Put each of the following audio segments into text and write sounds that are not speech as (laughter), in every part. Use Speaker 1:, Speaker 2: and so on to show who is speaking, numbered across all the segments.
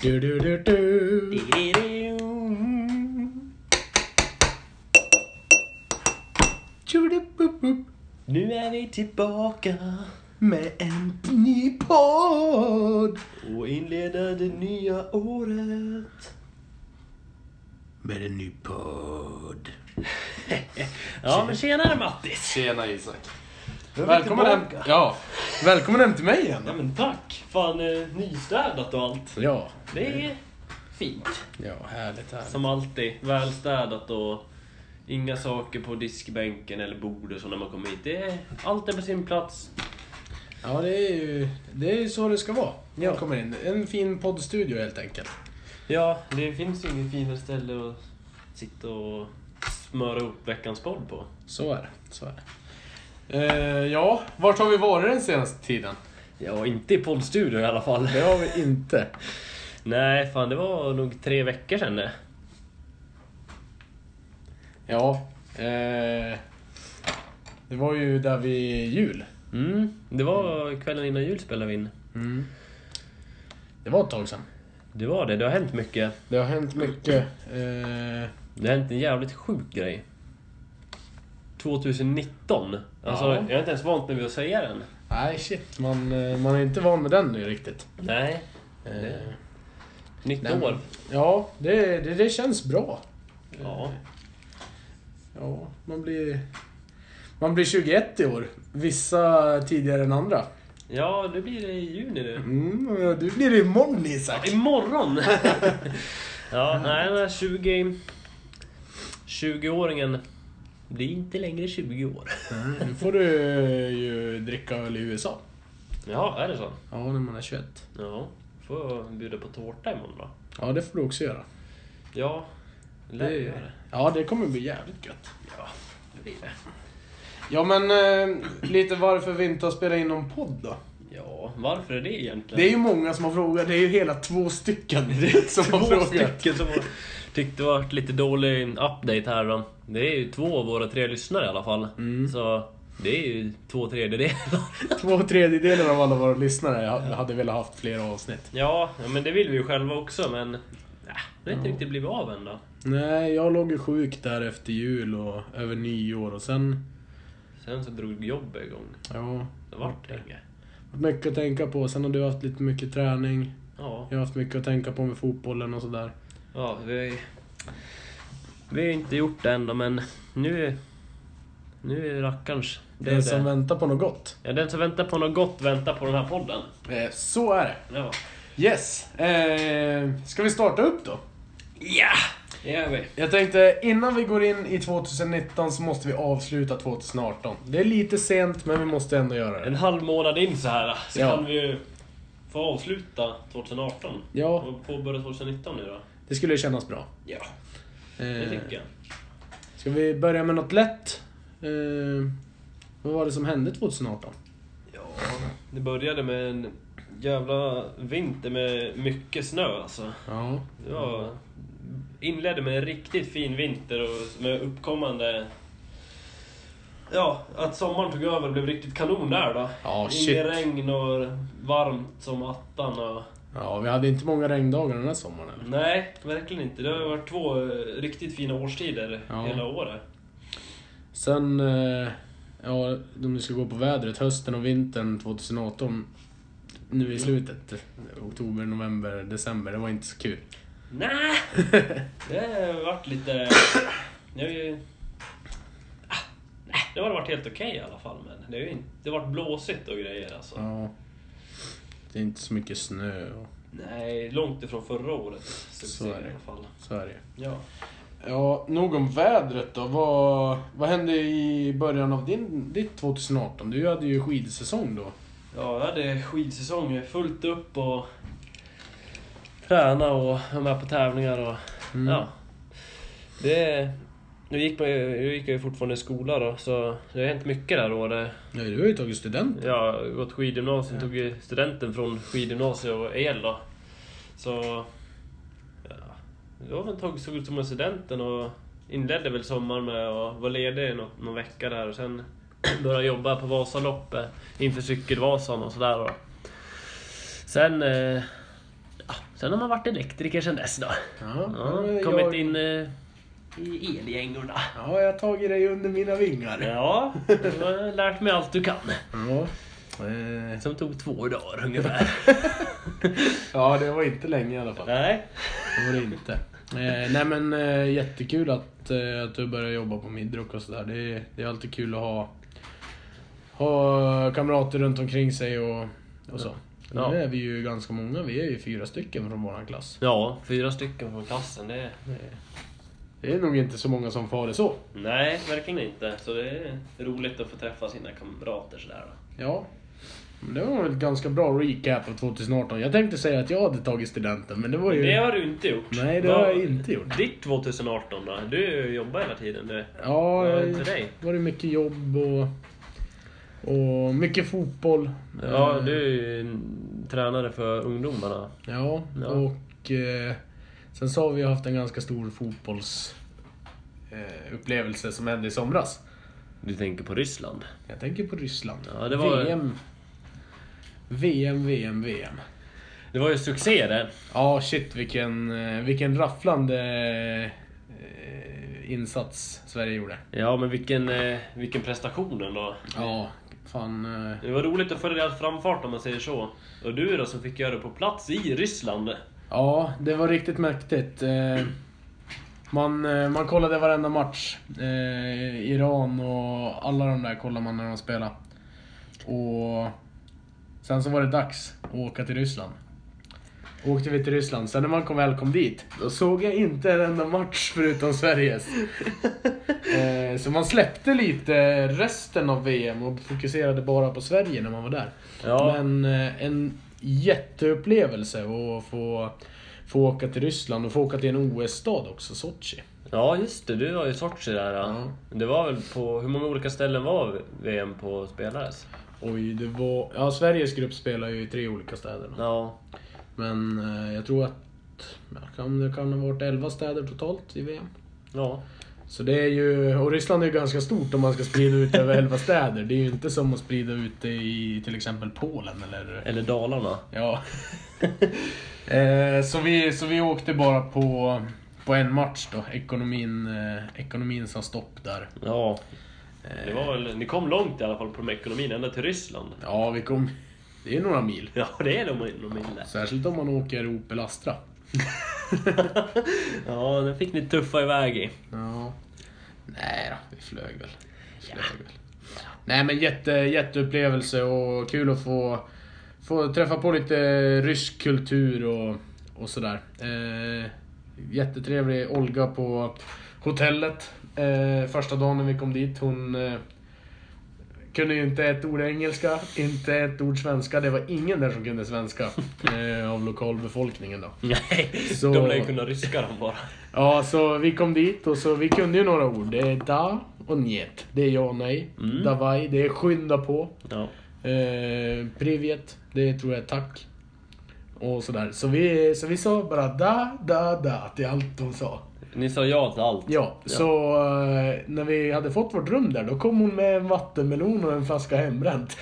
Speaker 1: Du, du, du, du. Tjolipupup.
Speaker 2: Nu är vi tillbaka
Speaker 1: Med en ny podd.
Speaker 2: och inleder det nya året.
Speaker 1: Med en ny podd.
Speaker 2: (laughs) Ja, men tjenare Mattis!
Speaker 3: Tjena Isak.
Speaker 2: Nu är vi
Speaker 3: Välkommen hem,
Speaker 2: tillbaka.
Speaker 3: ja. Välkommen hem till mig
Speaker 2: Ja,
Speaker 3: igen.
Speaker 2: men tack! Fan, eh, nystädat och allt.
Speaker 3: Ja,
Speaker 2: Det är fint.
Speaker 3: ja härligt härligt.
Speaker 2: Som alltid, välstädat och inga saker på diskbänken eller bord och så när man kommer hit. Det är, allt är på sin plats.
Speaker 3: Ja, det är ju det är ju så det ska vara.
Speaker 2: Ja.
Speaker 3: Man kommer in. En fin poddstudio helt enkelt.
Speaker 2: Ja, det finns ju inget finare ställe att sitta och smöra upp veckans podd på.
Speaker 3: Så är det. Så är det. Eh, ja, vart har vi varit den senaste tiden?
Speaker 2: Ja, inte i poddstudio i alla fall.
Speaker 3: Det har vi inte.
Speaker 2: Nej, fan det var nog tre veckor sedan det.
Speaker 3: Ja, eh, det var ju där vid jul.
Speaker 2: Mm, det var kvällen innan jul spelade vi in.
Speaker 3: Det var ett tag sedan.
Speaker 2: Det var det, det har hänt mycket.
Speaker 3: Det har hänt mycket. Eh,
Speaker 2: Det har hänt en jävligt sjuk grej. 2019. Alltså,
Speaker 3: Ja.
Speaker 2: jag är inte ens vant mig vid att säga den.
Speaker 3: nej, shit. Man, eh, man är inte van med den nu riktigt.
Speaker 2: Nej.
Speaker 3: Eh,
Speaker 2: Nytt
Speaker 3: Nej, men-
Speaker 2: år.
Speaker 3: Ja, det, det, det känns bra.
Speaker 2: Ja.
Speaker 3: Ja, man blir... Man blir 21 i år. Vissa tidigare än andra.
Speaker 2: ja, nu blir det i juni nu.
Speaker 3: Mm, du blir det imorgon Isak.
Speaker 2: (laughs) Imorgon! ja, nej, den här 20... 20-åringen blir inte längre 20 år.
Speaker 3: Nu får du ju dricka öl i USA.
Speaker 2: Ja, är det så?
Speaker 3: Ja, när man är 21.
Speaker 2: Ja. Får jag bjuda på tårta imorgon då?
Speaker 3: Ja, det får du också göra.
Speaker 2: Ja, lär
Speaker 3: Det-
Speaker 2: det... göra det.
Speaker 3: Ja, det kommer bli jävligt gött.
Speaker 2: Ja, det blir det.
Speaker 3: Ja, men eh, lite varför vi inte har spelat in någon podd då?
Speaker 2: Ja, varför är det egentligen?
Speaker 3: Det är ju många som har frågat. Det är ju hela (laughs) två stycken som har
Speaker 2: två
Speaker 3: frågat.
Speaker 2: stycken som har tyckt det varit lite dålig update här då. Det är ju två av våra tre lyssnare i alla fall. Så det är ju två (laughs) tredjedelar.
Speaker 3: Två tredjedelar av alla våra lyssnare ha- hade velat haft flera avsnitt.
Speaker 2: Ja, ja, men det vill vi ju själva också men... Äh, det har inte
Speaker 3: Ja.
Speaker 2: riktigt blivit av än då.
Speaker 3: Nej, jag låg ju sjuk där efter jul och över nyår och sen...
Speaker 2: Sen så drog jobbet igång.
Speaker 3: Ja,
Speaker 2: Det vart inget.
Speaker 3: mycket att tänka på. Sen har du haft lite mycket träning.
Speaker 2: Ja,
Speaker 3: Jag har haft mycket att tänka på med fotbollen och sådär.
Speaker 2: ja vi... Vi har ju inte gjort det än då men nu... Nu är det rackarns. Det
Speaker 3: Den
Speaker 2: är
Speaker 3: Eh, som
Speaker 2: det.
Speaker 3: väntar på något gott.
Speaker 2: Ja, den som väntar på något gott väntar på den här podden.
Speaker 3: Eh, så är det.
Speaker 2: Ja,
Speaker 3: Yes. Eh, ska vi starta upp då?
Speaker 2: ja det gör vi.
Speaker 3: Jag tänkte, innan vi går in i 2019 så måste vi avsluta 2018. Det är lite sent, men vi måste ändå göra
Speaker 2: En
Speaker 3: det.
Speaker 2: halv månad in så här så
Speaker 3: Ja.
Speaker 2: kan vi ju få avsluta 2018
Speaker 3: Ja,
Speaker 2: och påbörja 2019 nu då.
Speaker 3: det skulle kännas bra.
Speaker 2: Ja, det
Speaker 3: Eh,
Speaker 2: tycker jag.
Speaker 3: ska vi börja med något lätt? Eh, vad var det som hände 2018?
Speaker 2: Ja, det började med en jävla vinter med mycket snö alltså.
Speaker 3: Ja.
Speaker 2: Det var, inledde med en riktigt fin vinter och med uppkommande... Ja, att sommaren tog över blev riktigt kanon där då.
Speaker 3: Ja,
Speaker 2: Inget
Speaker 3: shit.
Speaker 2: regn och varmt som attan och...
Speaker 3: Ja, vi hade inte många regndagar den här sommaren eller?
Speaker 2: Nej, verkligen inte. Det har ju varit två eh, riktigt fina årstider
Speaker 3: Ja.
Speaker 2: hela året.
Speaker 3: Sen, eh, ja, om du ska gå på vädret, hösten och vintern 2018. Nu i slutet, oktober, november, december, det var inte så (laughs) kul.
Speaker 2: Nej, det har
Speaker 3: (coughs)
Speaker 2: varit lite... Det har ju... Ah, nej, Det har varit helt okej i alla fall, men det har ju inte... Det har varit blåsigt och grejer alltså.
Speaker 3: Ja. Det är inte så mycket snö och
Speaker 2: Nej, långt ifrån förra året. Succé
Speaker 3: Så är det.
Speaker 2: i alla fall.
Speaker 3: så är det ju.
Speaker 2: Ja.
Speaker 3: Ja, nog om vädret då. Vad, vad hände i början av din, ditt 2018? Du hade ju skidsäsong då.
Speaker 2: ja, jag hade skidsäsong. Fullt upp och... Träna och vara med på tävlingar och...
Speaker 3: Mm.
Speaker 2: Ja. Det... Nu gick, man ju, nu gick jag ju fortfarande i skola då, så det har hänt mycket det här året.
Speaker 3: Ja, du har ju tagit studenten.
Speaker 2: Jag har gått skidgymnasium, tog ju studenten från skidgymnasiet och el då. Så... Ja, det var väl ett tag såg ut som med studenten och inledde väl sommaren med att vara ledig i nå- någon vecka där och sen (clears throat) började jobba på Vasaloppet inför Cykelvasan och sådär. då. Sen... Eh, ja, Sen har man varit elektriker sen dess då.
Speaker 3: Ja,
Speaker 2: Ja,
Speaker 3: jag-
Speaker 2: kommit in eh, i elgängorna.
Speaker 3: Ja, jag har tagit dig under mina vingar.
Speaker 2: Ja, du har lärt mig allt du kan.
Speaker 3: Ja. Eh,
Speaker 2: Som tog två dagar (laughs) ungefär.
Speaker 3: ja, det var inte länge i alla fall.
Speaker 2: Nej.
Speaker 3: Det var det inte. Eh, nej men eh, jättekul att, eh, att du börjar jobba på Midrock och sådär. Det, är- det är alltid kul att ha, ha kamrater runt omkring sig och, och så.
Speaker 2: Ja.
Speaker 3: Nu är vi ju ganska många, vi är ju fyra stycken från våran klass.
Speaker 2: Ja, fyra stycken från klassen. Det, det,
Speaker 3: Det är nog inte så många som får det så.
Speaker 2: nej, verkligen inte. Så det är roligt att få träffa sina kamrater sådär. Då.
Speaker 3: Ja. Men det var väl ett ganska bra recap av 2018. Jag tänkte säga att jag hade tagit studenten, men det var ju...
Speaker 2: Det har du inte gjort.
Speaker 3: Nej, det
Speaker 2: Vad-
Speaker 3: har jag inte gjort.
Speaker 2: Ditt 2018 då? Du jobbar hela tiden. Du.
Speaker 3: Ja,
Speaker 2: Vad
Speaker 3: jag,
Speaker 2: hände dig?
Speaker 3: var det mycket jobb och, och mycket fotboll.
Speaker 2: Ja,
Speaker 3: Eh,
Speaker 2: du är ju en tränare för ungdomarna.
Speaker 3: Ja,
Speaker 2: Ja.
Speaker 3: och eh, sen så har vi haft en ganska stor fotbollsupplevelse eh, upplevelse som hände i somras.
Speaker 2: Du tänker på Ryssland?
Speaker 3: Jag tänker på Ryssland.
Speaker 2: Ja, det var-
Speaker 3: VM. VM, VM, VM.
Speaker 2: Det var ju succé det.
Speaker 3: Ja, shit vilken, eh, vilken rafflande eh, insats Sverige gjorde.
Speaker 2: Ja, men vilken, eh, vilken prestation ändå.
Speaker 3: Ja, fan. eh,
Speaker 2: Det var roligt att följa deras framfart om man säger så. Och du då som fick göra det på plats i
Speaker 3: (laughs)
Speaker 2: Ryssland.
Speaker 3: Ja, det var riktigt mäktigt. Eh, Man, eh, man kollade varenda match. Eh, Iran och alla de där kollade man när de spelade. Och sen så var det dags att åka till Ryssland. Åkte vi till Ryssland. Sen när man kom väl kom dit, då såg jag inte en enda match förutom Sveriges. Eh, Så man släppte lite resten av VM och fokuserade bara på Sverige när man var där.
Speaker 2: Ja.
Speaker 3: Men eh, en jätteupplevelse att få, få åka till Ryssland och få åka till en OS-stad också, Sochi.
Speaker 2: Ja, just det. Du var ju i Sochi där. Ja. Det var väl på... Hur många olika ställen var VM på spelades?
Speaker 3: Oj, det var... Ja, Sveriges grupp spelar ju i tre olika städer.
Speaker 2: Ja.
Speaker 3: Men eh, jag tror att ja, kan, det kan ha varit 11 städer totalt i VM.
Speaker 2: Ja.
Speaker 3: Så det är ju, och Ryssland är ju ganska stort om man ska sprida ut över 11 städer. Det är ju inte som att sprida ut det i till exempel Polen eller
Speaker 2: Eller Dalarna.
Speaker 3: Ja. (laughs) eh, så, vi, så vi åkte bara på, på en match då. Ekonomin, eh, ekonomin sa stopp där.
Speaker 2: Ja.
Speaker 3: Eh,
Speaker 2: Det var väl... Ni kom långt i alla fall på de ekonomin. Ända
Speaker 3: (laughs)
Speaker 2: till Ryssland.
Speaker 3: Ja, vi kom... Det är några mil.
Speaker 2: Ja, det är de
Speaker 3: (laughs)
Speaker 2: inom inne.
Speaker 3: Särskilt om man åker Opel Astra.
Speaker 2: Ja, den fick ni tuffa iväg i.
Speaker 3: Ja. Nej då, vi flög väl. Vi flög väl. Nej men jätte, jätteupplevelse och kul att få, få träffa på lite rysk kultur och, och sådär. Eh, jättetrevlig Olga på hotellet eh, första dagen när vi kom dit. Hon eh, kunde ju inte ett ord engelska, inte ett ord svenska. Det var ingen där som kunde svenska eh, av lokalbefolkningen då.
Speaker 2: Nej,
Speaker 3: Så-
Speaker 2: de lär ju kunna ryska dem bara.
Speaker 3: Ja, så vi kom dit och så vi kunde ju några ord. Det är da och njet. Det är ja och nej.
Speaker 2: Mm.
Speaker 3: Davai, det är skynda på.
Speaker 2: Ja.
Speaker 3: Eh, privet, det tror jag är tack. Och sådär. Så vi, så vi sa bara da, da, da till allt hon sa.
Speaker 2: Ni sa ja till allt.
Speaker 3: Ja, så eh, när vi hade fått vårt rum där, då kom hon med en vattenmelon och en flaska
Speaker 2: (laughs)
Speaker 3: hembränt.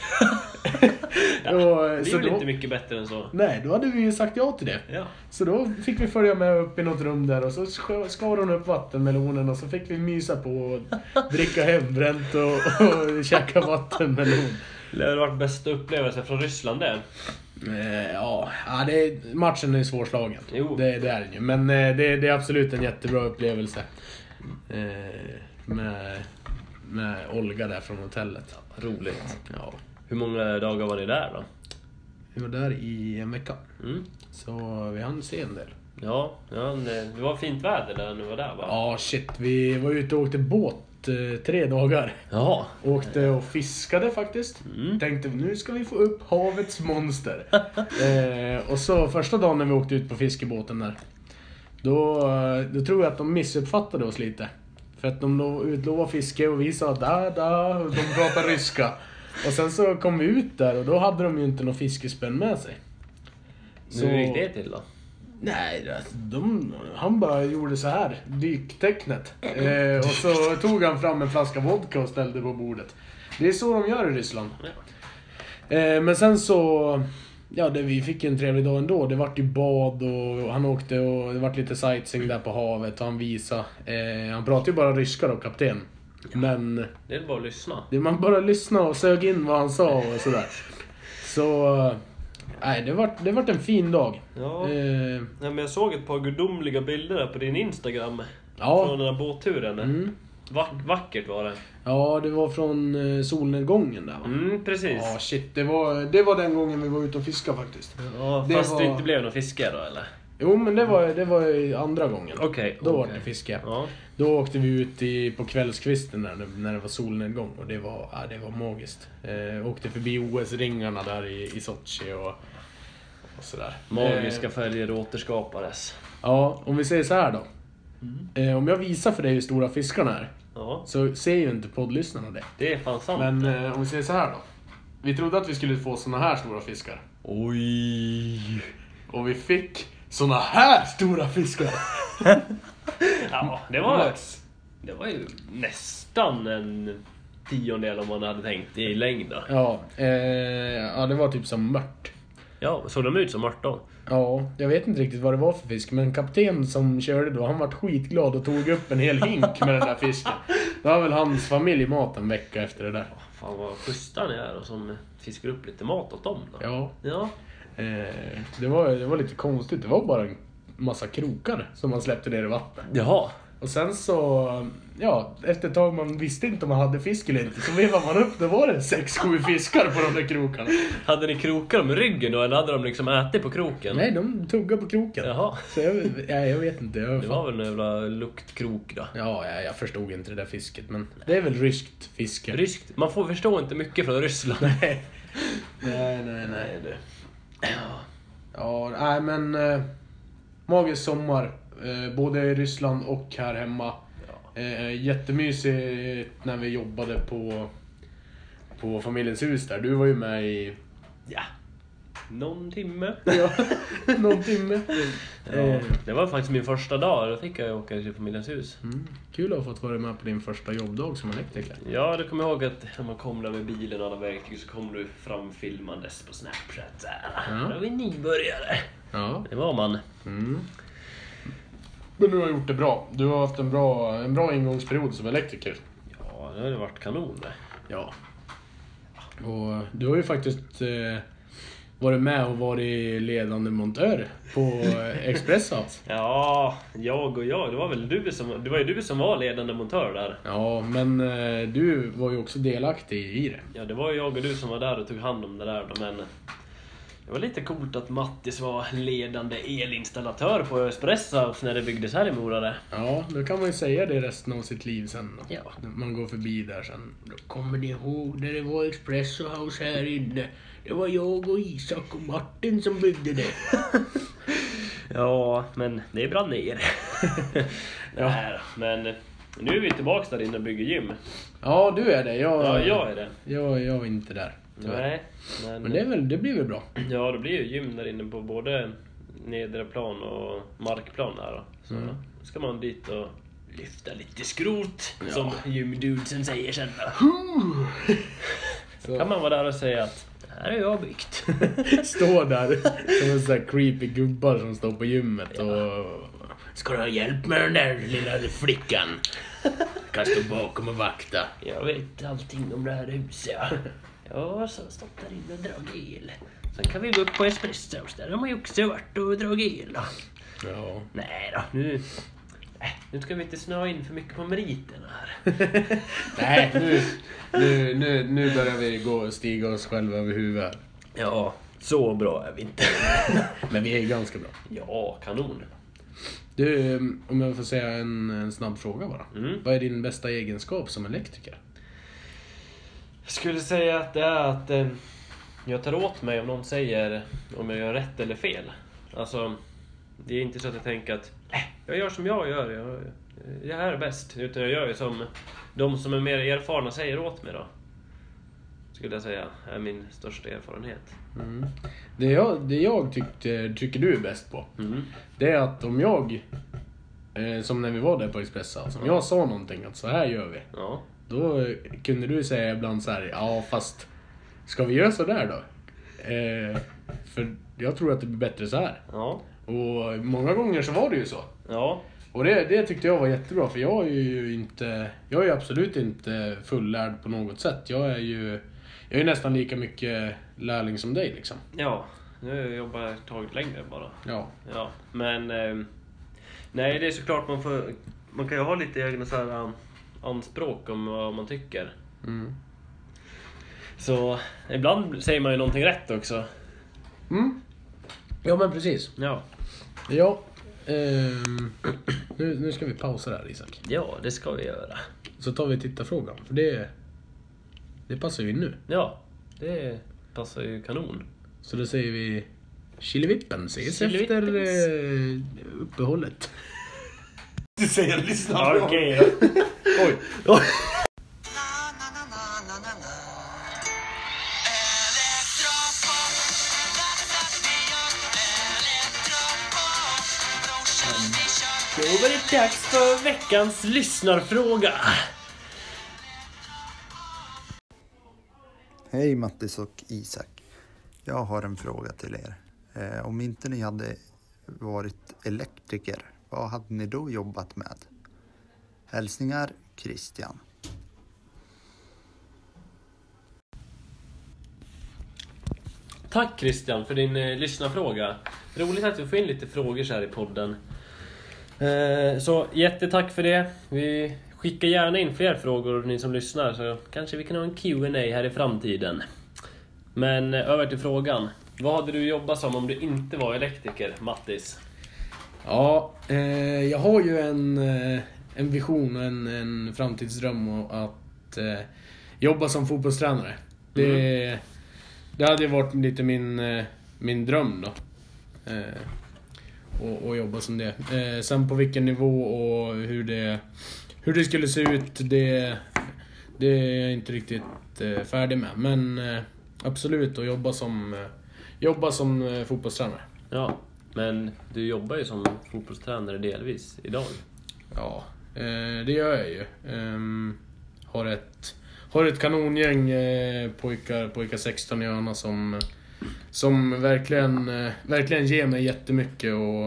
Speaker 3: (laughs) och, eh,
Speaker 2: Det är
Speaker 3: så
Speaker 2: väl
Speaker 3: då,
Speaker 2: inte mycket bättre än så.
Speaker 3: nej, då hade vi ju sagt ja till det.
Speaker 2: Ja.
Speaker 3: Så då fick vi följa med upp i något rum där och så sk- skar hon upp vattenmelonen och så fick vi mysa på och dricka hembränt och, och käka vattenmelon.
Speaker 2: Det har varit bästa upplevelsen från Ryssland det.
Speaker 3: Eh, Ja, ja, det är, matchen är svårslagen.
Speaker 2: Jo.
Speaker 3: Det, det är den ju. Men eh, det, det är absolut en jättebra upplevelse. Eh, Med, med Olga där från hotellet.
Speaker 2: Roligt.
Speaker 3: Ja.
Speaker 2: Hur många dagar var ni där då?
Speaker 3: Vi var där i en vecka.
Speaker 2: Mm.
Speaker 3: Så vi hann se en del.
Speaker 2: Ja, ja, nej, det var fint väder när ni var där va?
Speaker 3: Ja, shit. Vi var ute och åkte båt eh, tre dagar.
Speaker 2: Ja.
Speaker 3: Åkte och fiskade faktiskt.
Speaker 2: Mm.
Speaker 3: Tänkte nu ska vi få upp havets monster. eh, och så första dagen när vi åkte ut på fiskebåten där. Då, eh, då tror jag att de missuppfattade oss lite. För att de lo- utlovade fiske och vi sa da da och de pratade ryska. Och sen så kom vi ut där och då hade de ju inte något fiskespön med sig. Så-
Speaker 2: Hur gick det till då?
Speaker 3: Nej, det- de, han bara gjorde så här, (laughs) dyktecknet. Eh, och så tog han fram en flaska vodka och ställde på bordet. Det är så de gör i Ryssland. Eh, men sen så Ja, det, vi fick en trevlig dag ändå. Det vart ju bad och han åkte och det vart lite sightseeing där på havet och han visade. Eh, han pratade ju bara ryska då, kapten. Men
Speaker 2: Det är bara att lyssna.
Speaker 3: det, man bara lyssnade och sög in vad han sa och sådär. Så... eh, Nej, det vart, det vart en fin dag.
Speaker 2: Ja.
Speaker 3: Eh,
Speaker 2: Nej, men jag såg ett par gudomliga bilder där på din Instagram. Från
Speaker 3: ja.
Speaker 2: den där båtturen.
Speaker 3: Mm.
Speaker 2: Vack, vackert var det.
Speaker 3: ja, det var från eh, solnedgången där va?
Speaker 2: Mm, precis.
Speaker 3: Ja, shit. Det var, det var den gången vi var ute och fiskade faktiskt.
Speaker 2: Ja,
Speaker 3: Det
Speaker 2: fast det
Speaker 3: var-
Speaker 2: inte blev någon fiske då eller?
Speaker 3: Jo, men det var, det var ju andra gången.
Speaker 2: Okej.
Speaker 3: Då var
Speaker 2: okej.
Speaker 3: det fiske.
Speaker 2: Ja.
Speaker 3: Då åkte vi ut i, på kvällskvisten när, det- när det var solnedgång och det var, ja, det var magiskt. Eh, åkte förbi OS-ringarna där i, i Sochi och, och sådär.
Speaker 2: Magiska
Speaker 3: Eh,
Speaker 2: färger återskapades.
Speaker 3: ja, om vi säger så här då.
Speaker 2: Mm.
Speaker 3: Eh, om jag visar för dig hur stora fiskarna är
Speaker 2: Ja,
Speaker 3: så ser ju inte poddlyssnarna det.
Speaker 2: det är fan sant.
Speaker 3: Men eh, om vi säger så här då. Vi trodde att vi skulle få såna här stora fiskar.
Speaker 2: Oj!
Speaker 3: Och vi fick såna här stora fiskar!
Speaker 2: Ja, (laughs) det var,
Speaker 3: Mm.
Speaker 2: det var ju nästan en tiondel om man hade tänkt i längd då.
Speaker 3: Ja, eh, ja, det var typ som mört.
Speaker 2: Ja, såg de ut som örton?
Speaker 3: Ja, jag vet inte riktigt vad det var för fisk, men kapten som körde då, han vart skitglad och tog upp en hel hink med den där fisken. Det var väl hans familj mat en vecka efter det där.
Speaker 2: Fan vad schyssta ni är och som fiskar upp lite mat åt dem då.
Speaker 3: Ja,
Speaker 2: Ja,
Speaker 3: eh, det, var, det var lite konstigt. Det var bara en massa krokar som man släppte ner i vattnet.
Speaker 2: Jaha.
Speaker 3: Och sen så, ja, efter ett tag man visste inte om man hade fisk eller inte, så vevade man upp, då var det 6-7 fiskar på de där krokarna.
Speaker 2: Hade ni krokar med ryggen då eller hade de liksom ätit på kroken?
Speaker 3: Nej, de tuggade på kroken.
Speaker 2: Jaha.
Speaker 3: Så jag, ja, jag vet inte. Jag,
Speaker 2: Det var väl en jävla luktkrok då.
Speaker 3: Ja, jag, jag förstod inte det där fisket, men det är väl ryskt fiske.
Speaker 2: Ryskt. Man får förstå inte mycket från Ryssland.
Speaker 3: (laughs) nej, nej, nej.
Speaker 2: du.
Speaker 3: Ja, nej men... Eh, magisk sommar. Eh, både i Ryssland och här hemma. Eh, jättemysigt när vi jobbade på, på Familjens hus där. Du var ju med i
Speaker 2: Ja. Någon timme.
Speaker 3: ja, (laughs)
Speaker 2: (laughs)
Speaker 3: någon timme.
Speaker 2: Ja. Det var faktiskt min första dag, då fick jag åka till familjens hus.
Speaker 3: Mm. Kul att ha fått vara med på din första jobbdag som elektriker.
Speaker 2: Ja, du kommer ihåg att när man kom där med bilen och alla verktyg så kom du framfilmandes på Snapchat. Så här.
Speaker 3: Ja.
Speaker 2: Då var vi nybörjare.
Speaker 3: Ja.
Speaker 2: Det var man.
Speaker 3: Mm. Men du har gjort det bra. Du har haft en bra, en bra ingångsperiod som elektriker.
Speaker 2: Ja, det har ju varit kanon det.
Speaker 3: Ja. Och du har ju faktiskt eh, varit med och varit ledande montör
Speaker 4: (laughs)
Speaker 3: på eh, Express House.
Speaker 2: Ja, jag och jag. Det var väl du som, det var ju du som var ledande montör där.
Speaker 3: Ja, men eh, du var ju också delaktig i det.
Speaker 2: Ja, det var ju jag och du som var där och tog hand om det där då, men... Det var lite coolt att Mattis var ledande elinstallatör på Espressohouse när det byggdes här i Mora det.
Speaker 3: Ja, då kan man ju säga det resten av sitt liv sen. då.
Speaker 2: Ja.
Speaker 3: När Man går förbi där sen.
Speaker 4: Kommer ni ihåg när det var Espresso House här inne? Det var jag och Isak och Martin som byggde det.
Speaker 2: Ja, men det brann (laughs) ner. Nej då, men nu är vi tillbaks där inne och bygger gym.
Speaker 3: Ja, du är det. Jag,
Speaker 2: Ja, jag är det.
Speaker 3: jag, jag är inte där. Tyvärr.
Speaker 2: Nej, men,
Speaker 3: Men det, är väl, det blir väl bra.
Speaker 2: Ja, det blir ju gym där inne på både nedre plan och markplan där då. Så ska man dit och lyfta lite skrot, som gymdudesen säger sen då.
Speaker 3: Så-
Speaker 2: kan man vara där och säga att här har jag byggt.
Speaker 3: (laughs)
Speaker 2: (laughs)
Speaker 3: Stå där som en sån här creepy gubbar som står på gymmet och...
Speaker 4: Ska du ha hjälp med den där lilla flickan? Kan stå bakom och vakta.
Speaker 2: jag vet allting om det här huset. Ja, så har jag stått där inne och dragit el. Sen kan vi gå upp på Espresso House, där har man ju också varit och dragit el då.
Speaker 3: Ja.
Speaker 2: Nej då, nu... Nej, Nu ska vi inte snöa in för mycket på meriterna här. (laughs)
Speaker 3: Nej, nu, nu, nu, nu börjar vi gå och stiga oss själva över huvudet.
Speaker 2: Ja, så bra är vi inte. (laughs)
Speaker 3: Men vi är ganska bra.
Speaker 2: Ja, kanon.
Speaker 3: Du, eh, om jag får säga en, en snabb fråga bara.
Speaker 2: Mm.
Speaker 3: Vad är din bästa egenskap som elektriker?
Speaker 2: Jag skulle säga att det är att eh, jag tar åt mig om någon säger om jag gör rätt eller fel. Alltså, det är inte så att jag tänker att "Äh, jag gör som jag gör, jag, det här är bäst. Utan jag gör ju som de som är mer erfarna säger åt mig då. Skulle jag säga är min största erfarenhet.
Speaker 3: Det jag, det jag tyckte, tycker du är bäst på,
Speaker 2: Mm.
Speaker 3: det är att om jag, eh, som när vi var där på Expressa, alltså, om jag sa någonting att så här gör vi.
Speaker 2: Ja.
Speaker 3: Då eh, kunde du säga ibland så här, ja fast ska vi göra så där då? Eh, För jag tror att det blir bättre så här.
Speaker 2: Ja.
Speaker 3: Och många gånger så var det ju så.
Speaker 2: Ja.
Speaker 3: Och det, det tyckte jag var jättebra för jag är ju inte... Jag är ju absolut inte fullärd på något sätt. Jag är ju... Jag är nästan lika mycket lärling som dig liksom.
Speaker 2: Ja. Nu jobbar jag ett tag längre bara.
Speaker 3: Ja.
Speaker 2: Ja, men... ehm, nej, det är såklart man får... Man kan ju ha lite egna så här, um, anspråk om vad man tycker.
Speaker 3: Mm.
Speaker 2: Så ibland säger man ju någonting rätt också.
Speaker 3: Mm. Ja men precis.
Speaker 2: Ja,
Speaker 3: Ja. ehm, nu, nu ska vi pausa där Isak.
Speaker 2: ja det ska vi göra.
Speaker 3: Så tar vi tittarfrågan. För det... Det passar ju in nu.
Speaker 2: Ja, det passar ju kanon.
Speaker 3: Så då säger vi... Killevippen ses
Speaker 2: Killevippen.
Speaker 3: efter eh, uppehållet.
Speaker 1: Du säger lyssna på dem.
Speaker 3: Oj!
Speaker 2: Då var det dags för veckans lyssnarfråga.
Speaker 5: Hej Mattis och Isak. Jag har en fråga till er. Eh, Om inte ni hade varit elektriker, vad hade ni då jobbat med? Hälsningar Christian.
Speaker 2: Tack Christian för din eh, lyssnarfråga. Roligt att vi får in lite frågor så här i podden. Eh, så jättetack för det. Vi skickar gärna in fler frågor ni som lyssnar så kanske vi kan ha en Q&A här i framtiden. Men eh, över till frågan. Vad hade du jobbat som om du inte var elektriker, Mattis?
Speaker 3: Ja, eh, jag har ju en, eh, en vision och en, en framtidsdröm och att eh, jobba som fotbollstränare. Det, det hade ju varit lite min, eh, min dröm då. Eh, och, och jobba som det. Eh, sen på vilken nivå och hur det, hur det skulle se ut, det, det är jag inte riktigt eh, färdig med. Men eh, absolut, att jobba som, eh, jobba som eh, fotbollstränare.
Speaker 2: Ja, men du jobbar ju som fotbollstränare delvis idag.
Speaker 3: Ja, eh, det gör jag ju. Ehm, har, ett, har ett kanongäng eh, pojkar, pojkar 16 i Öna som, som verkligen, eh, verkligen ger mig jättemycket och,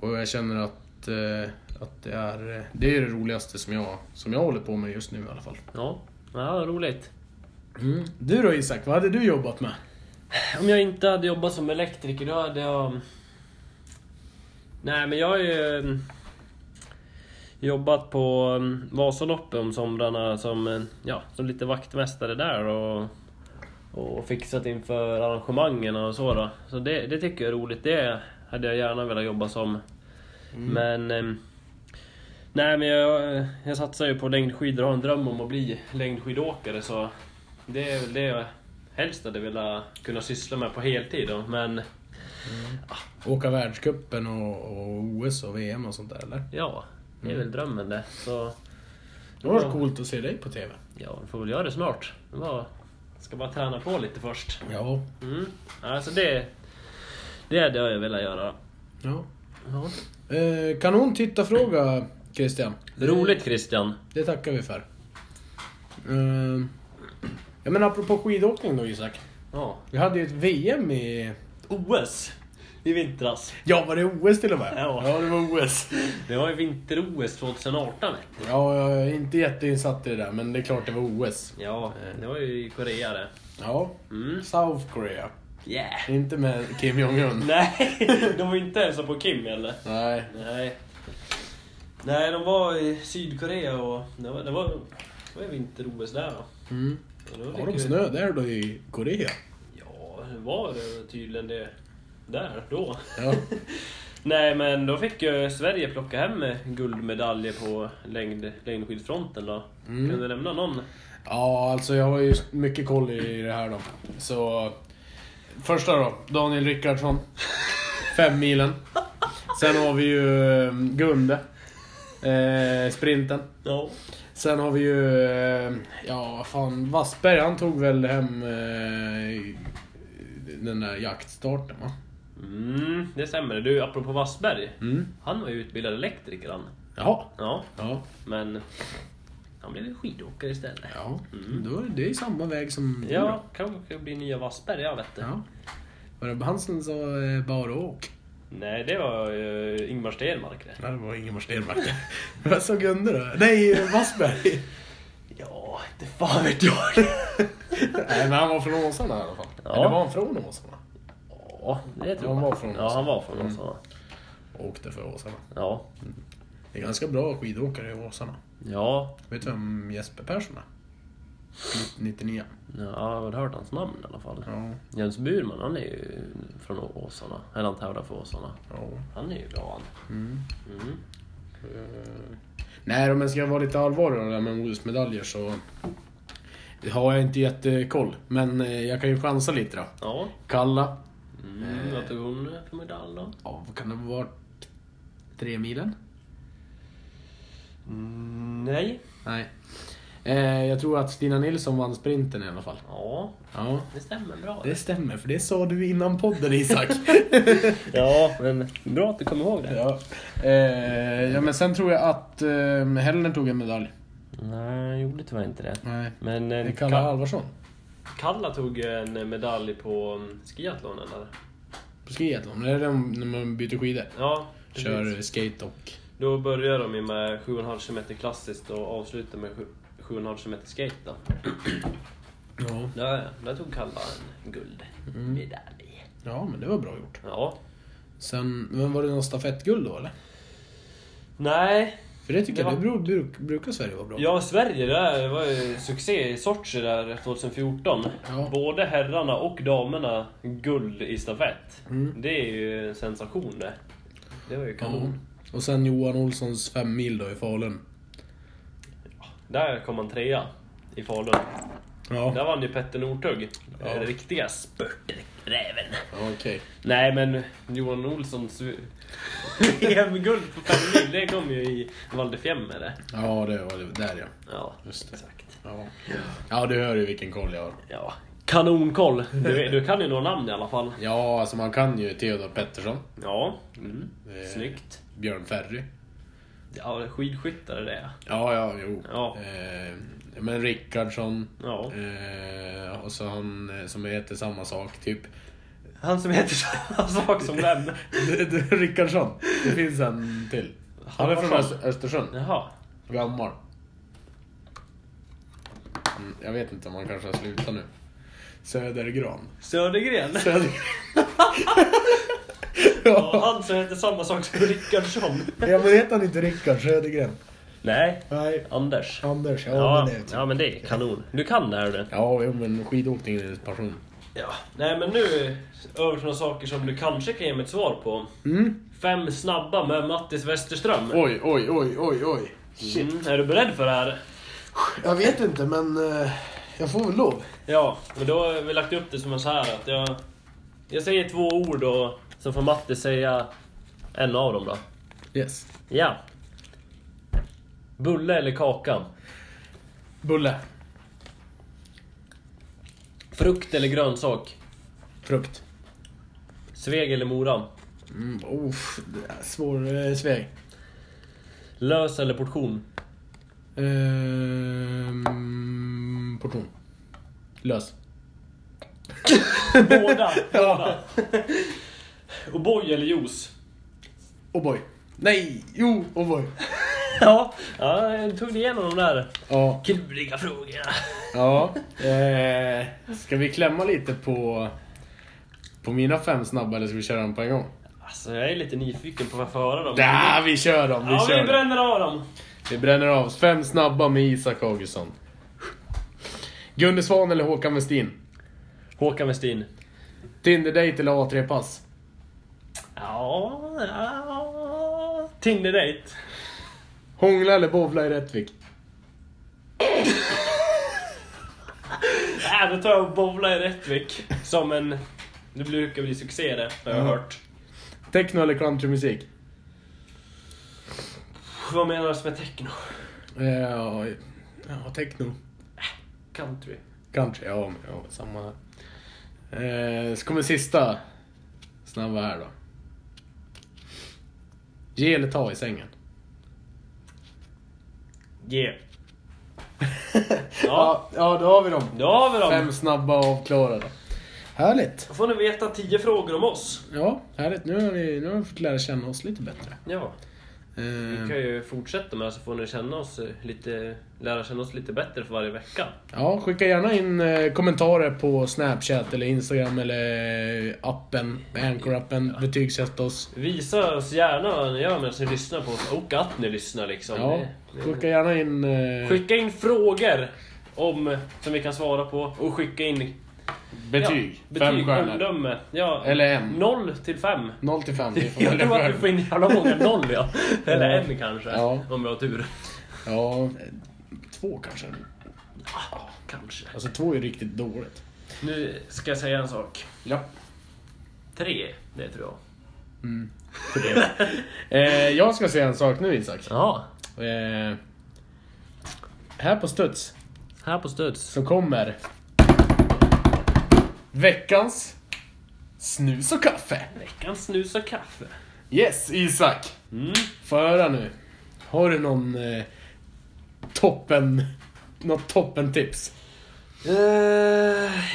Speaker 3: och jag känner att, eh, att det, är, eh, det är det roligaste som jag, som jag håller på med just nu i alla fall.
Speaker 2: Ja, ja roligt.
Speaker 3: Mm. Du då Isak, vad hade du jobbat med?
Speaker 2: Om jag inte hade jobbat som elektriker då hade jag... Nej men jag har ju mm, jobbat på mm, Vasaloppet om somrarna som, mm, ja, som lite vaktmästare där och, och fixat inför arrangemangen och så då. Så det, det tycker jag är roligt. Det hade jag gärna velat jobba som. Men... mm, Nej men jag, jag satsar ju på längdskidor och har en dröm om att bli längdskidåkare så det är väl det jag helst hade velat kunna syssla med på heltid då, men
Speaker 3: Åka världscupen och, och OS och VM och sånt där eller?
Speaker 2: ja, det är väl drömmen det. Så
Speaker 3: Det var coolt att se dig på TV.
Speaker 2: ja, vi får väl göra det snart. Det var, ska bara träna på lite först.
Speaker 3: Ja.
Speaker 2: Mm. Alltså det, det hade jag velat göra.
Speaker 3: ja.
Speaker 2: Ja.
Speaker 3: Eh, kanon tittarfråga Christian. Det-
Speaker 2: Roligt Christian!
Speaker 3: Det tackar vi för. Ehm, ja men apropå skidåkning då Isak.
Speaker 2: Ja.
Speaker 3: Vi hade ju ett VM i...
Speaker 2: OS i vintras.
Speaker 3: Ja var det OS till och med?
Speaker 2: Ja.
Speaker 3: det var OS.
Speaker 2: Det var ju vinter-OS 2018 vet du.
Speaker 3: Ja, jag är inte jätteinsatt i det där men det är klart det var OS.
Speaker 2: Ja, det var ju i Korea det.
Speaker 3: Ja.
Speaker 2: Mm.
Speaker 3: South Korea.
Speaker 2: Yeah!
Speaker 3: Inte med Kim Jong-Un.
Speaker 2: Nej, (laughs) de var inte ens på Kim eller?
Speaker 3: Nej.
Speaker 2: Nej. Nej, de var i Sydkorea och det var, det var, det var ju vinter-OS där. Då.
Speaker 3: Mm.
Speaker 2: Och då
Speaker 3: Har
Speaker 2: fick
Speaker 3: de
Speaker 2: vi-
Speaker 3: snö där då i Korea?
Speaker 2: Ja, det var det tydligen det. Där, då.
Speaker 3: Ja.
Speaker 2: Nej, men då fick ju Sverige plocka hem guldmedaljer på längd, längdskidfronten då.
Speaker 3: Mm.
Speaker 2: Kan du nämna någon?
Speaker 3: Ja, alltså jag har ju mycket koll i det här då. Så... Första då, Daniel Rickardsson. Fem milen. Sen har vi ju eh, Gunde. Eh, sprinten.
Speaker 2: Ja.
Speaker 3: Sen har vi ju... Eh, ja, vad fan. Wassberg, han tog väl hem eh, den där jaktstarten va?
Speaker 2: Mm, det stämmer. Du, apropå Wassberg.
Speaker 3: Mm.
Speaker 2: Han var ju utbildad elektriker han.
Speaker 3: Jaha.
Speaker 2: Ja,
Speaker 3: Ja.
Speaker 2: men han blev skidåkare istället.
Speaker 3: Mm. Ja. Då, är det är ju samma väg som du då.
Speaker 2: Mm. Ja, kanske blir nya Wassberg, jag vet inte.
Speaker 3: ja. Var det han som sa eh, bara åk?
Speaker 2: Nej, det var eh, Ingmar Stenmark det.
Speaker 3: Nej, det var Ingemar Stenmark. (laughs) Vad sa Gunde då? Nej, (laughs) Wassberg.
Speaker 2: Ja, inte fan vet jag.
Speaker 3: Nej, men han var från Åsarna i alla fall.
Speaker 2: Ja.
Speaker 3: Eller var han från Åsarna?
Speaker 2: Ja, det tror jag.
Speaker 3: Han var från
Speaker 2: Ja,
Speaker 3: Åsarna.
Speaker 2: han var från Mm. Åsarna.
Speaker 3: Åkte för Åsarna.
Speaker 2: Ja.
Speaker 3: Det är ganska bra skidåkare i Åsarna.
Speaker 2: Ja,
Speaker 3: Vet du vem Jesper Persson är? 99.
Speaker 2: ja, jag har väl hört hans namn i alla fall.
Speaker 3: Ja.
Speaker 2: Jens Burman, han är ju från Åsarna. Eller han tävlar för Åsarna.
Speaker 3: ja.
Speaker 2: Han är ju bra han. Mm.
Speaker 3: Eh, Nej, om jag ska vara lite allvarlig om det där med OS-medaljer så har jag inte jättekoll. Men eh, jag kan ju chansa lite då.
Speaker 2: Ja.
Speaker 3: Kalla.
Speaker 2: Mm, vad tog hon för medalj då?
Speaker 3: Ja, vad kan det ha varit? Tre milen?
Speaker 2: Mm, nej.
Speaker 3: Nej. Eh, jag tror att Stina Nilsson vann sprinten i alla fall.
Speaker 2: Ja,
Speaker 3: Ja.
Speaker 2: det stämmer bra.
Speaker 3: Det stämmer, för det sa du innan podden Isak.
Speaker 2: Ja, men bra att du kommer ihåg
Speaker 3: (laughs)
Speaker 2: det.
Speaker 3: ja. Eh, ja, men sen tror jag att eh, Hellner tog en medalj.
Speaker 2: Nej, jag gjorde tyvärr inte det.
Speaker 3: Nej.
Speaker 2: Men
Speaker 3: Det är
Speaker 2: eh,
Speaker 3: Kalle
Speaker 2: Ka-
Speaker 3: Alvarsson.
Speaker 2: Kalla tog en medalj på mm, skiathlon eller?
Speaker 3: På skiathlon. Det är de, när man byter skidor.
Speaker 2: Ja, precis.
Speaker 3: Kör skate och...
Speaker 2: Då börjar de ju med 7,5 km klassiskt och avslutar med sju- 7,5 km skate då.
Speaker 3: Ja.
Speaker 2: Ja, ja, där tog Kalla en
Speaker 3: Mm.
Speaker 2: guldmedalj.
Speaker 3: ja, men det var bra gjort.
Speaker 2: Ja.
Speaker 3: Sen, men var det någon stafettguld då eller?
Speaker 2: Nej,
Speaker 3: För det tycker
Speaker 2: Det
Speaker 3: jag, det bru- bruk, brukar Sverige vara bra
Speaker 2: Ja, Sverige det var ju succé i Sochi där 2014.
Speaker 3: Ja.
Speaker 2: Både herrarna och damerna guld i stafett.
Speaker 3: Mm.
Speaker 2: Det är ju en sensation det. Det var ju
Speaker 3: Ja.
Speaker 2: kanon.
Speaker 3: Och sen Johan Olssons fem mil då i Falun.
Speaker 2: Där kom han trea i Falun. Där vann ju Petter Northug.
Speaker 3: Ja.
Speaker 2: Den riktiga spurträven.
Speaker 3: Ja, Okej.
Speaker 2: Nej men Johan Olssons (laughs) EM-guld på fem mil, det kom ju i Val di Fiemme det.
Speaker 3: Ja, det var det. Där ja.
Speaker 2: Ja,
Speaker 3: Just det.
Speaker 2: exakt.
Speaker 3: Ja. ja, du hör ju vilken koll jag har.
Speaker 2: Ja, kanonkoll! Du, du kan ju några namn i alla fall.
Speaker 3: Ja, alltså man kan ju Theodor Pettersson,
Speaker 2: Ja, mm.
Speaker 3: Eh.
Speaker 2: snyggt.
Speaker 3: Björn Ferry.
Speaker 2: Ja, skidskyttar är det.
Speaker 3: Ja, ja, jo.
Speaker 2: Ja.
Speaker 3: Eh, men Rickardsson.
Speaker 2: Ja.
Speaker 3: Eh, och så han eh, som heter samma sak, typ. (laughs)
Speaker 2: Han som heter samma sak som den.
Speaker 3: Rickardsson. Det finns en till. Han är från
Speaker 2: Halvarsson.
Speaker 3: Öst- Östersund.
Speaker 2: Jaha.
Speaker 3: Gammal. Mm, jag vet inte om han kanske har slutat nu. Södergran.
Speaker 2: Södergren. (laughs)
Speaker 3: Söder...
Speaker 2: Ja,
Speaker 3: ja.
Speaker 2: han som heter samma sak som Rickardsson.
Speaker 3: ja, men heter han inte Rickard Södergren?
Speaker 2: Nej,
Speaker 3: Nej.
Speaker 2: Anders.
Speaker 3: Anders, ja,
Speaker 2: Ja,
Speaker 3: men det är
Speaker 2: ja, men det är typ- kanon. Du kan det här du.
Speaker 3: Ja, jo, men skidåkning är passion.
Speaker 2: Ja. Nej, men nu över till några saker som du kanske kan ge mig ett svar på.
Speaker 3: Mm.
Speaker 2: Fem snabba med Mattis Westerström.
Speaker 3: Oj, oj, oj, oj, oj.
Speaker 2: Mm, är du beredd för det här?
Speaker 3: Jag vet inte, men eh, jag får väl lov.
Speaker 2: Ja, men då har vi lagt upp det som en så här att jag... Jag säger två ord och så får Matti säga en av dem då.
Speaker 3: Yes.
Speaker 2: Ja. Bulle eller kaka?
Speaker 3: Bulle.
Speaker 2: Frukt eller grönsak?
Speaker 3: Frukt.
Speaker 2: Sveg eller Mora?
Speaker 3: Mm, uff, det är svår eh, sväg.
Speaker 2: Lös eller portion?
Speaker 3: Ehm, portion. Lös.
Speaker 2: Båda!
Speaker 3: Ja.
Speaker 2: O'boy eller juice?
Speaker 3: O'boy. Nej, jo, O'boy.
Speaker 2: Ja, ja jag tog dig igenom de där
Speaker 3: Ja.
Speaker 2: kluriga frågorna.
Speaker 3: ja. Eh, ska vi klämma lite på, på mina fem snabba eller ska vi köra dem på en gång?
Speaker 2: Alltså jag är lite nyfiken på vad jag får höra dem.
Speaker 3: Ja, vi kör dem. Vi,
Speaker 2: ja,
Speaker 3: kör
Speaker 2: vi
Speaker 3: dem.
Speaker 2: bränner av dem.
Speaker 3: vi bränner av. oss. Fem snabba med Isak Augustsson. Gunde Svan eller Håkan Westin?
Speaker 2: Håkan Westin.
Speaker 3: Tinder-dejt eller A3-pass?
Speaker 2: Ja, ja. Tinder-date.
Speaker 3: Hångla eller bowla i Rättvik?
Speaker 2: Äh, då tar jag och bowlar i Rättvik. Som en... Det brukar bli succé det, har
Speaker 3: Mm.
Speaker 2: jag hört.
Speaker 3: Techno eller countrymusik?
Speaker 2: Vad menas med techno?
Speaker 3: Eh, ja, ja, techno.
Speaker 2: Country.
Speaker 3: Country, ja, men, ja samma. Eh, så kommer sista snabba här då. Ge eller ta i sängen?
Speaker 2: Yeah. Ja,
Speaker 3: ja, då har vi dem.
Speaker 2: då har vi dem.
Speaker 3: Fem snabba avklarade. Härligt!
Speaker 2: Då får ni veta 10 frågor om oss.
Speaker 3: Ja, härligt. Nu har ni, nu har ni fått lära känna oss lite bättre.
Speaker 2: Ja. Vi
Speaker 3: Eh,
Speaker 2: kan ju fortsätta med det så får ni känna oss eh, lite, lära känna oss lite bättre för varje vecka.
Speaker 3: Ja, skicka gärna in eh, kommentarer på Snapchat eller Instagram eller eh, appen, Anchor-appen. Betygsätt oss.
Speaker 2: Visa oss gärna vad ni gör medan ni lyssnar på oss och att ni lyssnar liksom.
Speaker 3: Ja,
Speaker 2: Det- det-
Speaker 3: skicka gärna in... eh,
Speaker 2: Skicka in frågor om, som vi kan svara på och skicka in
Speaker 3: Betyg.
Speaker 2: Ja,
Speaker 3: Fem
Speaker 2: betyg,
Speaker 3: stjärnor.
Speaker 2: omdöme. Ja,
Speaker 3: Eller en.
Speaker 2: 0 till 5.
Speaker 3: 0 till
Speaker 2: (laughs)
Speaker 3: 5.
Speaker 2: Jag tror att vi får in jävla många noll ja.
Speaker 3: (laughs)
Speaker 2: Eller
Speaker 3: Ja.
Speaker 2: en kanske.
Speaker 3: Ja.
Speaker 2: Om vi har tur.
Speaker 3: Ja, eh, två kanske.
Speaker 2: Ah, Kanske.
Speaker 3: Alltså två är riktigt dåligt.
Speaker 2: Nu ska jag säga en sak.
Speaker 3: Ja.
Speaker 2: Tre, det tror jag.
Speaker 3: Eh, jag ska säga en sak nu Isak.
Speaker 2: Ja,
Speaker 3: Eh, här på Studs
Speaker 2: här på studs.
Speaker 3: så kommer veckans snus och kaffe.
Speaker 2: Veckans snus och kaffe.
Speaker 3: Yes, Isak.
Speaker 2: Mm.
Speaker 3: Få höra nu. Har du någon eh, toppen... Något toppentips?
Speaker 2: Eh,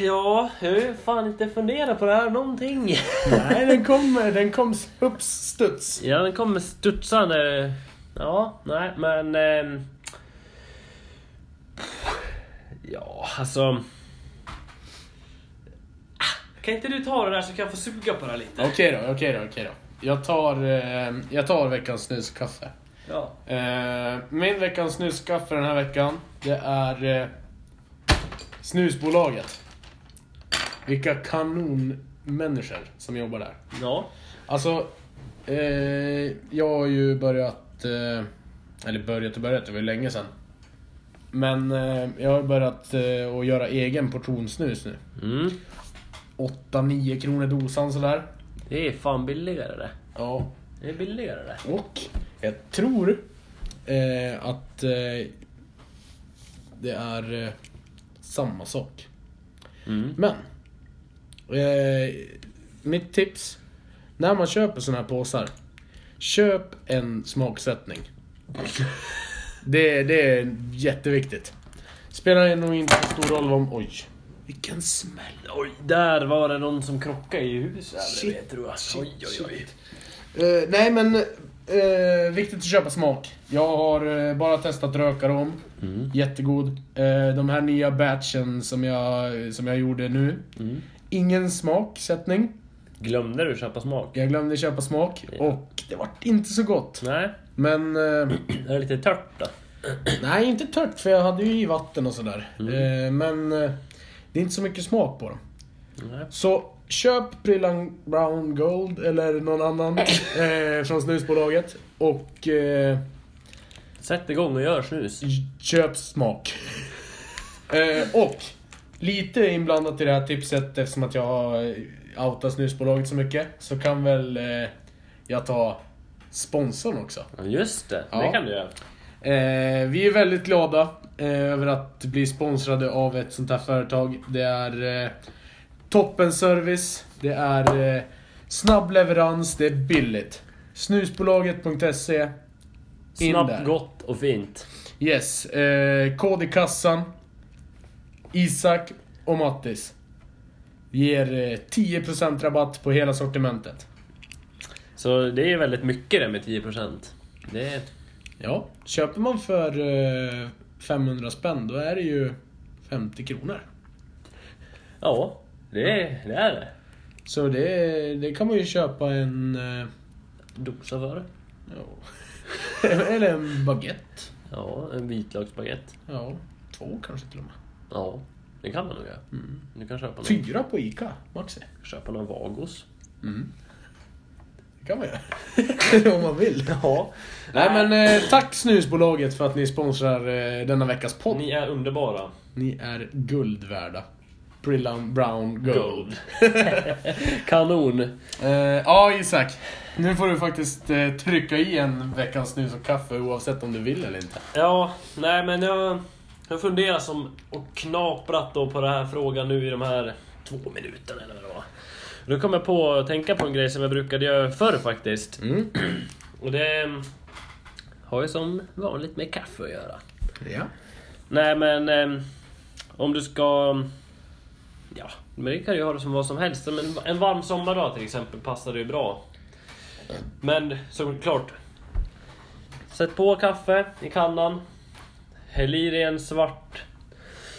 Speaker 2: ja, jag har ju fan inte funderat på det här någonting.
Speaker 3: Nej, den kommer. Den kom upp studs.
Speaker 2: (laughs) Ja, den kommer studsande. Ja, nej, men... ehm, ja, alltså... Ah, Kan inte du ta det där så kan jag få suga på det här lite?
Speaker 3: Okej då, okej då, okej då. Jag tar, eh, jag tar veckans snus och kaffe.
Speaker 2: Ja.
Speaker 3: Eh, min veckans snuskaffe den här veckan, det är eh, Snusbolaget. Vilka kanonmänniskor som jobbar där.
Speaker 2: Ja.
Speaker 3: Alltså, eh, jag har ju börjat... Eh, eller börjat och börjat, det var ju länge sedan. Men eh, jag har börjat eh, att göra egen portion snus nu.
Speaker 2: Mm.
Speaker 3: 8-9 kronor dosan sådär.
Speaker 2: Det är fan billigare det.
Speaker 3: Ja,
Speaker 2: Det är billigare det.
Speaker 3: Och jag tror eh, att eh, det är eh, samma sak.
Speaker 2: Mm.
Speaker 3: Men, eh, mitt tips. När man köper såna här påsar, köp en smaksättning. Det, det är jätteviktigt. Spelar nog inte så stor roll om... Oj, vilken smäll.
Speaker 2: Oj, där var det någon som krockade i huset.
Speaker 3: Shit,
Speaker 2: Shit, tror jag. Oj, oj, oj.
Speaker 3: Eh, nej men, eh, viktigt att köpa smak. Jag har eh, bara testat rökarom.
Speaker 2: Mm.
Speaker 3: Jättegod. Eh, de här nya batchen som jag, som jag gjorde nu.
Speaker 2: Mm.
Speaker 3: Ingen smaksättning.
Speaker 2: Glömde du köpa smak?
Speaker 3: Jag glömde köpa smak
Speaker 2: Ja.
Speaker 3: och det var inte så gott.
Speaker 2: Nej.
Speaker 3: Men, eh, (clears throat)
Speaker 2: Är det lite tört då?
Speaker 3: nej inte tört för jag hade ju i vatten och sådär.
Speaker 2: Mm.
Speaker 3: Eh, men eh, det är inte så mycket smak på dem.
Speaker 2: Nej.
Speaker 3: Så köp Brillan Brown Gold eller någon
Speaker 2: (laughs)
Speaker 3: annan eh, från snusbolaget. Och... Eh,
Speaker 2: Sätt igång och gör snus.
Speaker 3: Köp smak. (laughs) eh, och lite inblandat i det här tipset eftersom att jag har eh, outat snusbolaget så mycket. Så kan väl eh, jag ta sponsorn också.
Speaker 2: Ja, Just det,
Speaker 3: Ja.
Speaker 2: det kan du göra.
Speaker 3: Eh, vi är väldigt glada eh, över att bli sponsrade av ett sånt här företag. Det är eh, toppen service, det är eh, snabb leverans, det är billigt. Snusbolaget.se In där.
Speaker 2: Snabbt, gott och fint.
Speaker 3: Yes. Eh, kod i kassan. Isak och Mattis. Ger eh, 10% rabatt på hela sortimentet.
Speaker 2: Så det är väldigt mycket det med 10%. Det är...
Speaker 3: Ja, köper man för eh, 500 spänn då är det ju 50 kronor.
Speaker 2: Ja, det är det. Är det.
Speaker 3: Så det, det kan man ju köpa en... Eh,
Speaker 2: Dosa för det.
Speaker 3: ja. (laughs) Eller en baguette.
Speaker 2: Ja, en vitlöksbaguette.
Speaker 3: Ja, två kanske till och med.
Speaker 2: Ja, det kan man nog göra. Du kan köpa någon,
Speaker 3: Fyra på Ica, maxi.
Speaker 2: köpa någon Vagos.
Speaker 3: Det kan man göra. (laughs) Om man vill.
Speaker 2: Ja.
Speaker 3: Nej men eh, tack snusbolaget för att ni sponsrar eh, denna veckas podd.
Speaker 2: Ni är underbara.
Speaker 3: Ni är guld värda. Brillan Brown Gold.
Speaker 2: Gold. (laughs) Kanon.
Speaker 3: Eh, ja Isak, nu får du faktiskt eh, trycka i en veckans snus och kaffe oavsett om du vill eller inte.
Speaker 2: Ja, nej men jag har funderat som och knaprat då på den här frågan nu i de här två minuterna eller vad det var. Då kom jag på att tänka på en grej som jag brukade göra förr faktiskt.
Speaker 3: Mm.
Speaker 2: Och det har ju som vanligt med kaffe att göra.
Speaker 3: Ja.
Speaker 2: ehm, Nej men eh, om du ska Ja, men det kan ju ha det som vad som helst. Men en varm sommardag till exempel passar det ju bra. Men såklart. Sätt på kaffe i kannan. Häll i dig en svart,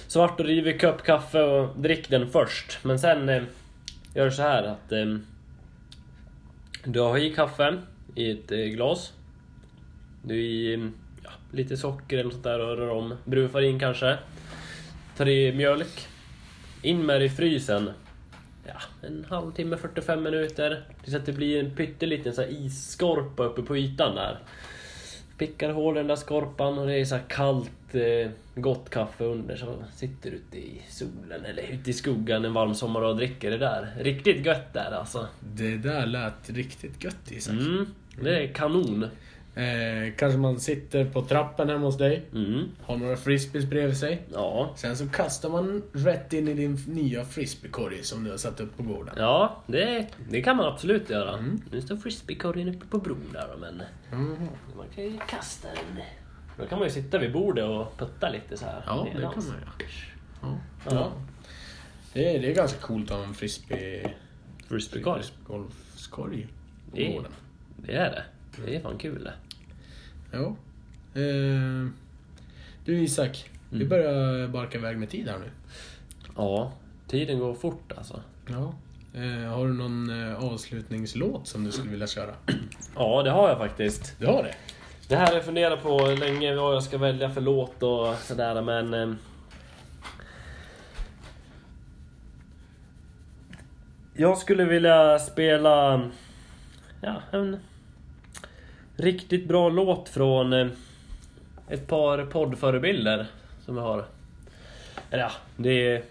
Speaker 2: svart och rivig kopp kaffe och drick den först. Men sen eh, gör du så här att eh, du har i kaffe i ett eh, glas. Du i eh, ja, lite socker eller något sånt där och rör om. Brunfarin kanske. Tar i mjölk. In med det i frysen. Ja, en halvtimme, 45 minuter. Tills att det blir en pytteliten så här isskorpa uppe på ytan där. Pickar hål i den där skorpan och det är så här kallt, eh, gott kaffe under. Så sitter du ute i solen eller ute i skuggan en varm sommardag och dricker det där. Riktigt gött där alltså.
Speaker 3: Det där lät riktigt gött Isak.
Speaker 2: Mm, det är kanon.
Speaker 3: Eh, kanske man sitter på trappen hemma hos dig,
Speaker 2: Mm,
Speaker 3: har några frisbees bredvid sig.
Speaker 2: ja.
Speaker 3: Sen så kastar man rätt in i din nya frisbeekorg som du har satt upp på gården.
Speaker 2: Ja, det, det kan man absolut göra. Nu står frisbeekorgen uppe på bron där då, men... Man kan ju kasta den. Då kan man ju sitta vid bordet och putta lite så här.
Speaker 3: Ja,
Speaker 2: är
Speaker 3: det
Speaker 2: dans.
Speaker 3: kan man göra. Ja.
Speaker 2: Ja.
Speaker 3: Det, är, det är ganska coolt att ha en frisbee...
Speaker 2: Frisbeekorg.
Speaker 3: Golfskorg på
Speaker 2: Det-
Speaker 3: gården.
Speaker 2: Det är det. Det är fan kul det.
Speaker 3: Ja. Eh, du Isak,
Speaker 2: Mm.
Speaker 3: vi börjar barka iväg med tid här nu.
Speaker 2: Ja, tiden går fort alltså.
Speaker 3: Ja. Eh, har du någon eh, avslutningslåt som du skulle vilja köra?
Speaker 2: Ja, det har jag faktiskt.
Speaker 3: Du har det?
Speaker 2: Det här har jag funderat på länge, vad jag ska välja för låt och sådär, men... ehm, Jag skulle vilja spela... Ja, en riktigt bra låt från eh, ett par poddförebilder som jag har. Eller ja, det är...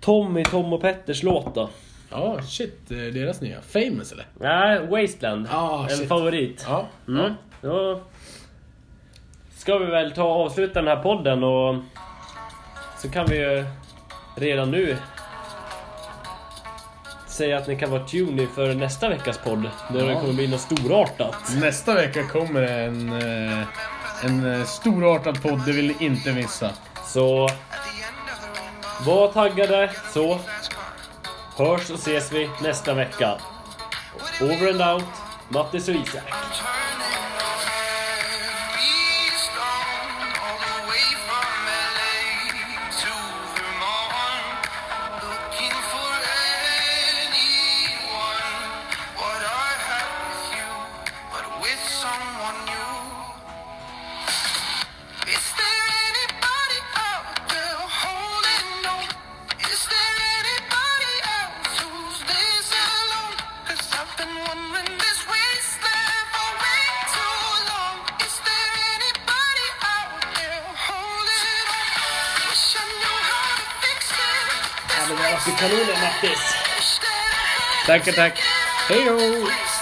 Speaker 2: Tommy, Tom och Petters låt då.
Speaker 3: Ja, shit. eh, Deras nya. Famous eller?
Speaker 2: Nej, Wasteland.
Speaker 3: Ah,
Speaker 2: en
Speaker 3: shit.
Speaker 2: favorit.
Speaker 3: Ja.
Speaker 2: Mm. Då ska vi väl ta och avsluta den här podden och så kan vi ju redan nu säga att ni kan vara tuned för nästa veckas podd. Då det
Speaker 3: Ja.
Speaker 2: kommer bli något storartat.
Speaker 3: Nästa vecka kommer en, eh, en eh, storartad podd. Det vill ni inte missa.
Speaker 2: Så var taggade så hörs och ses vi nästa vecka. Over and out, Mattis och Isak.
Speaker 6: Someone new. Is there anybody out there holding on? Is there anybody else who's this alone? i I've been wondering this wasteland for way too long. Is there anybody out there holding on? Wish I knew how to fix it. This
Speaker 2: Det där var kanonen Mattis!
Speaker 6: wasteland.
Speaker 3: Tackar, tack. Hej då!
Speaker 6: Wasteland.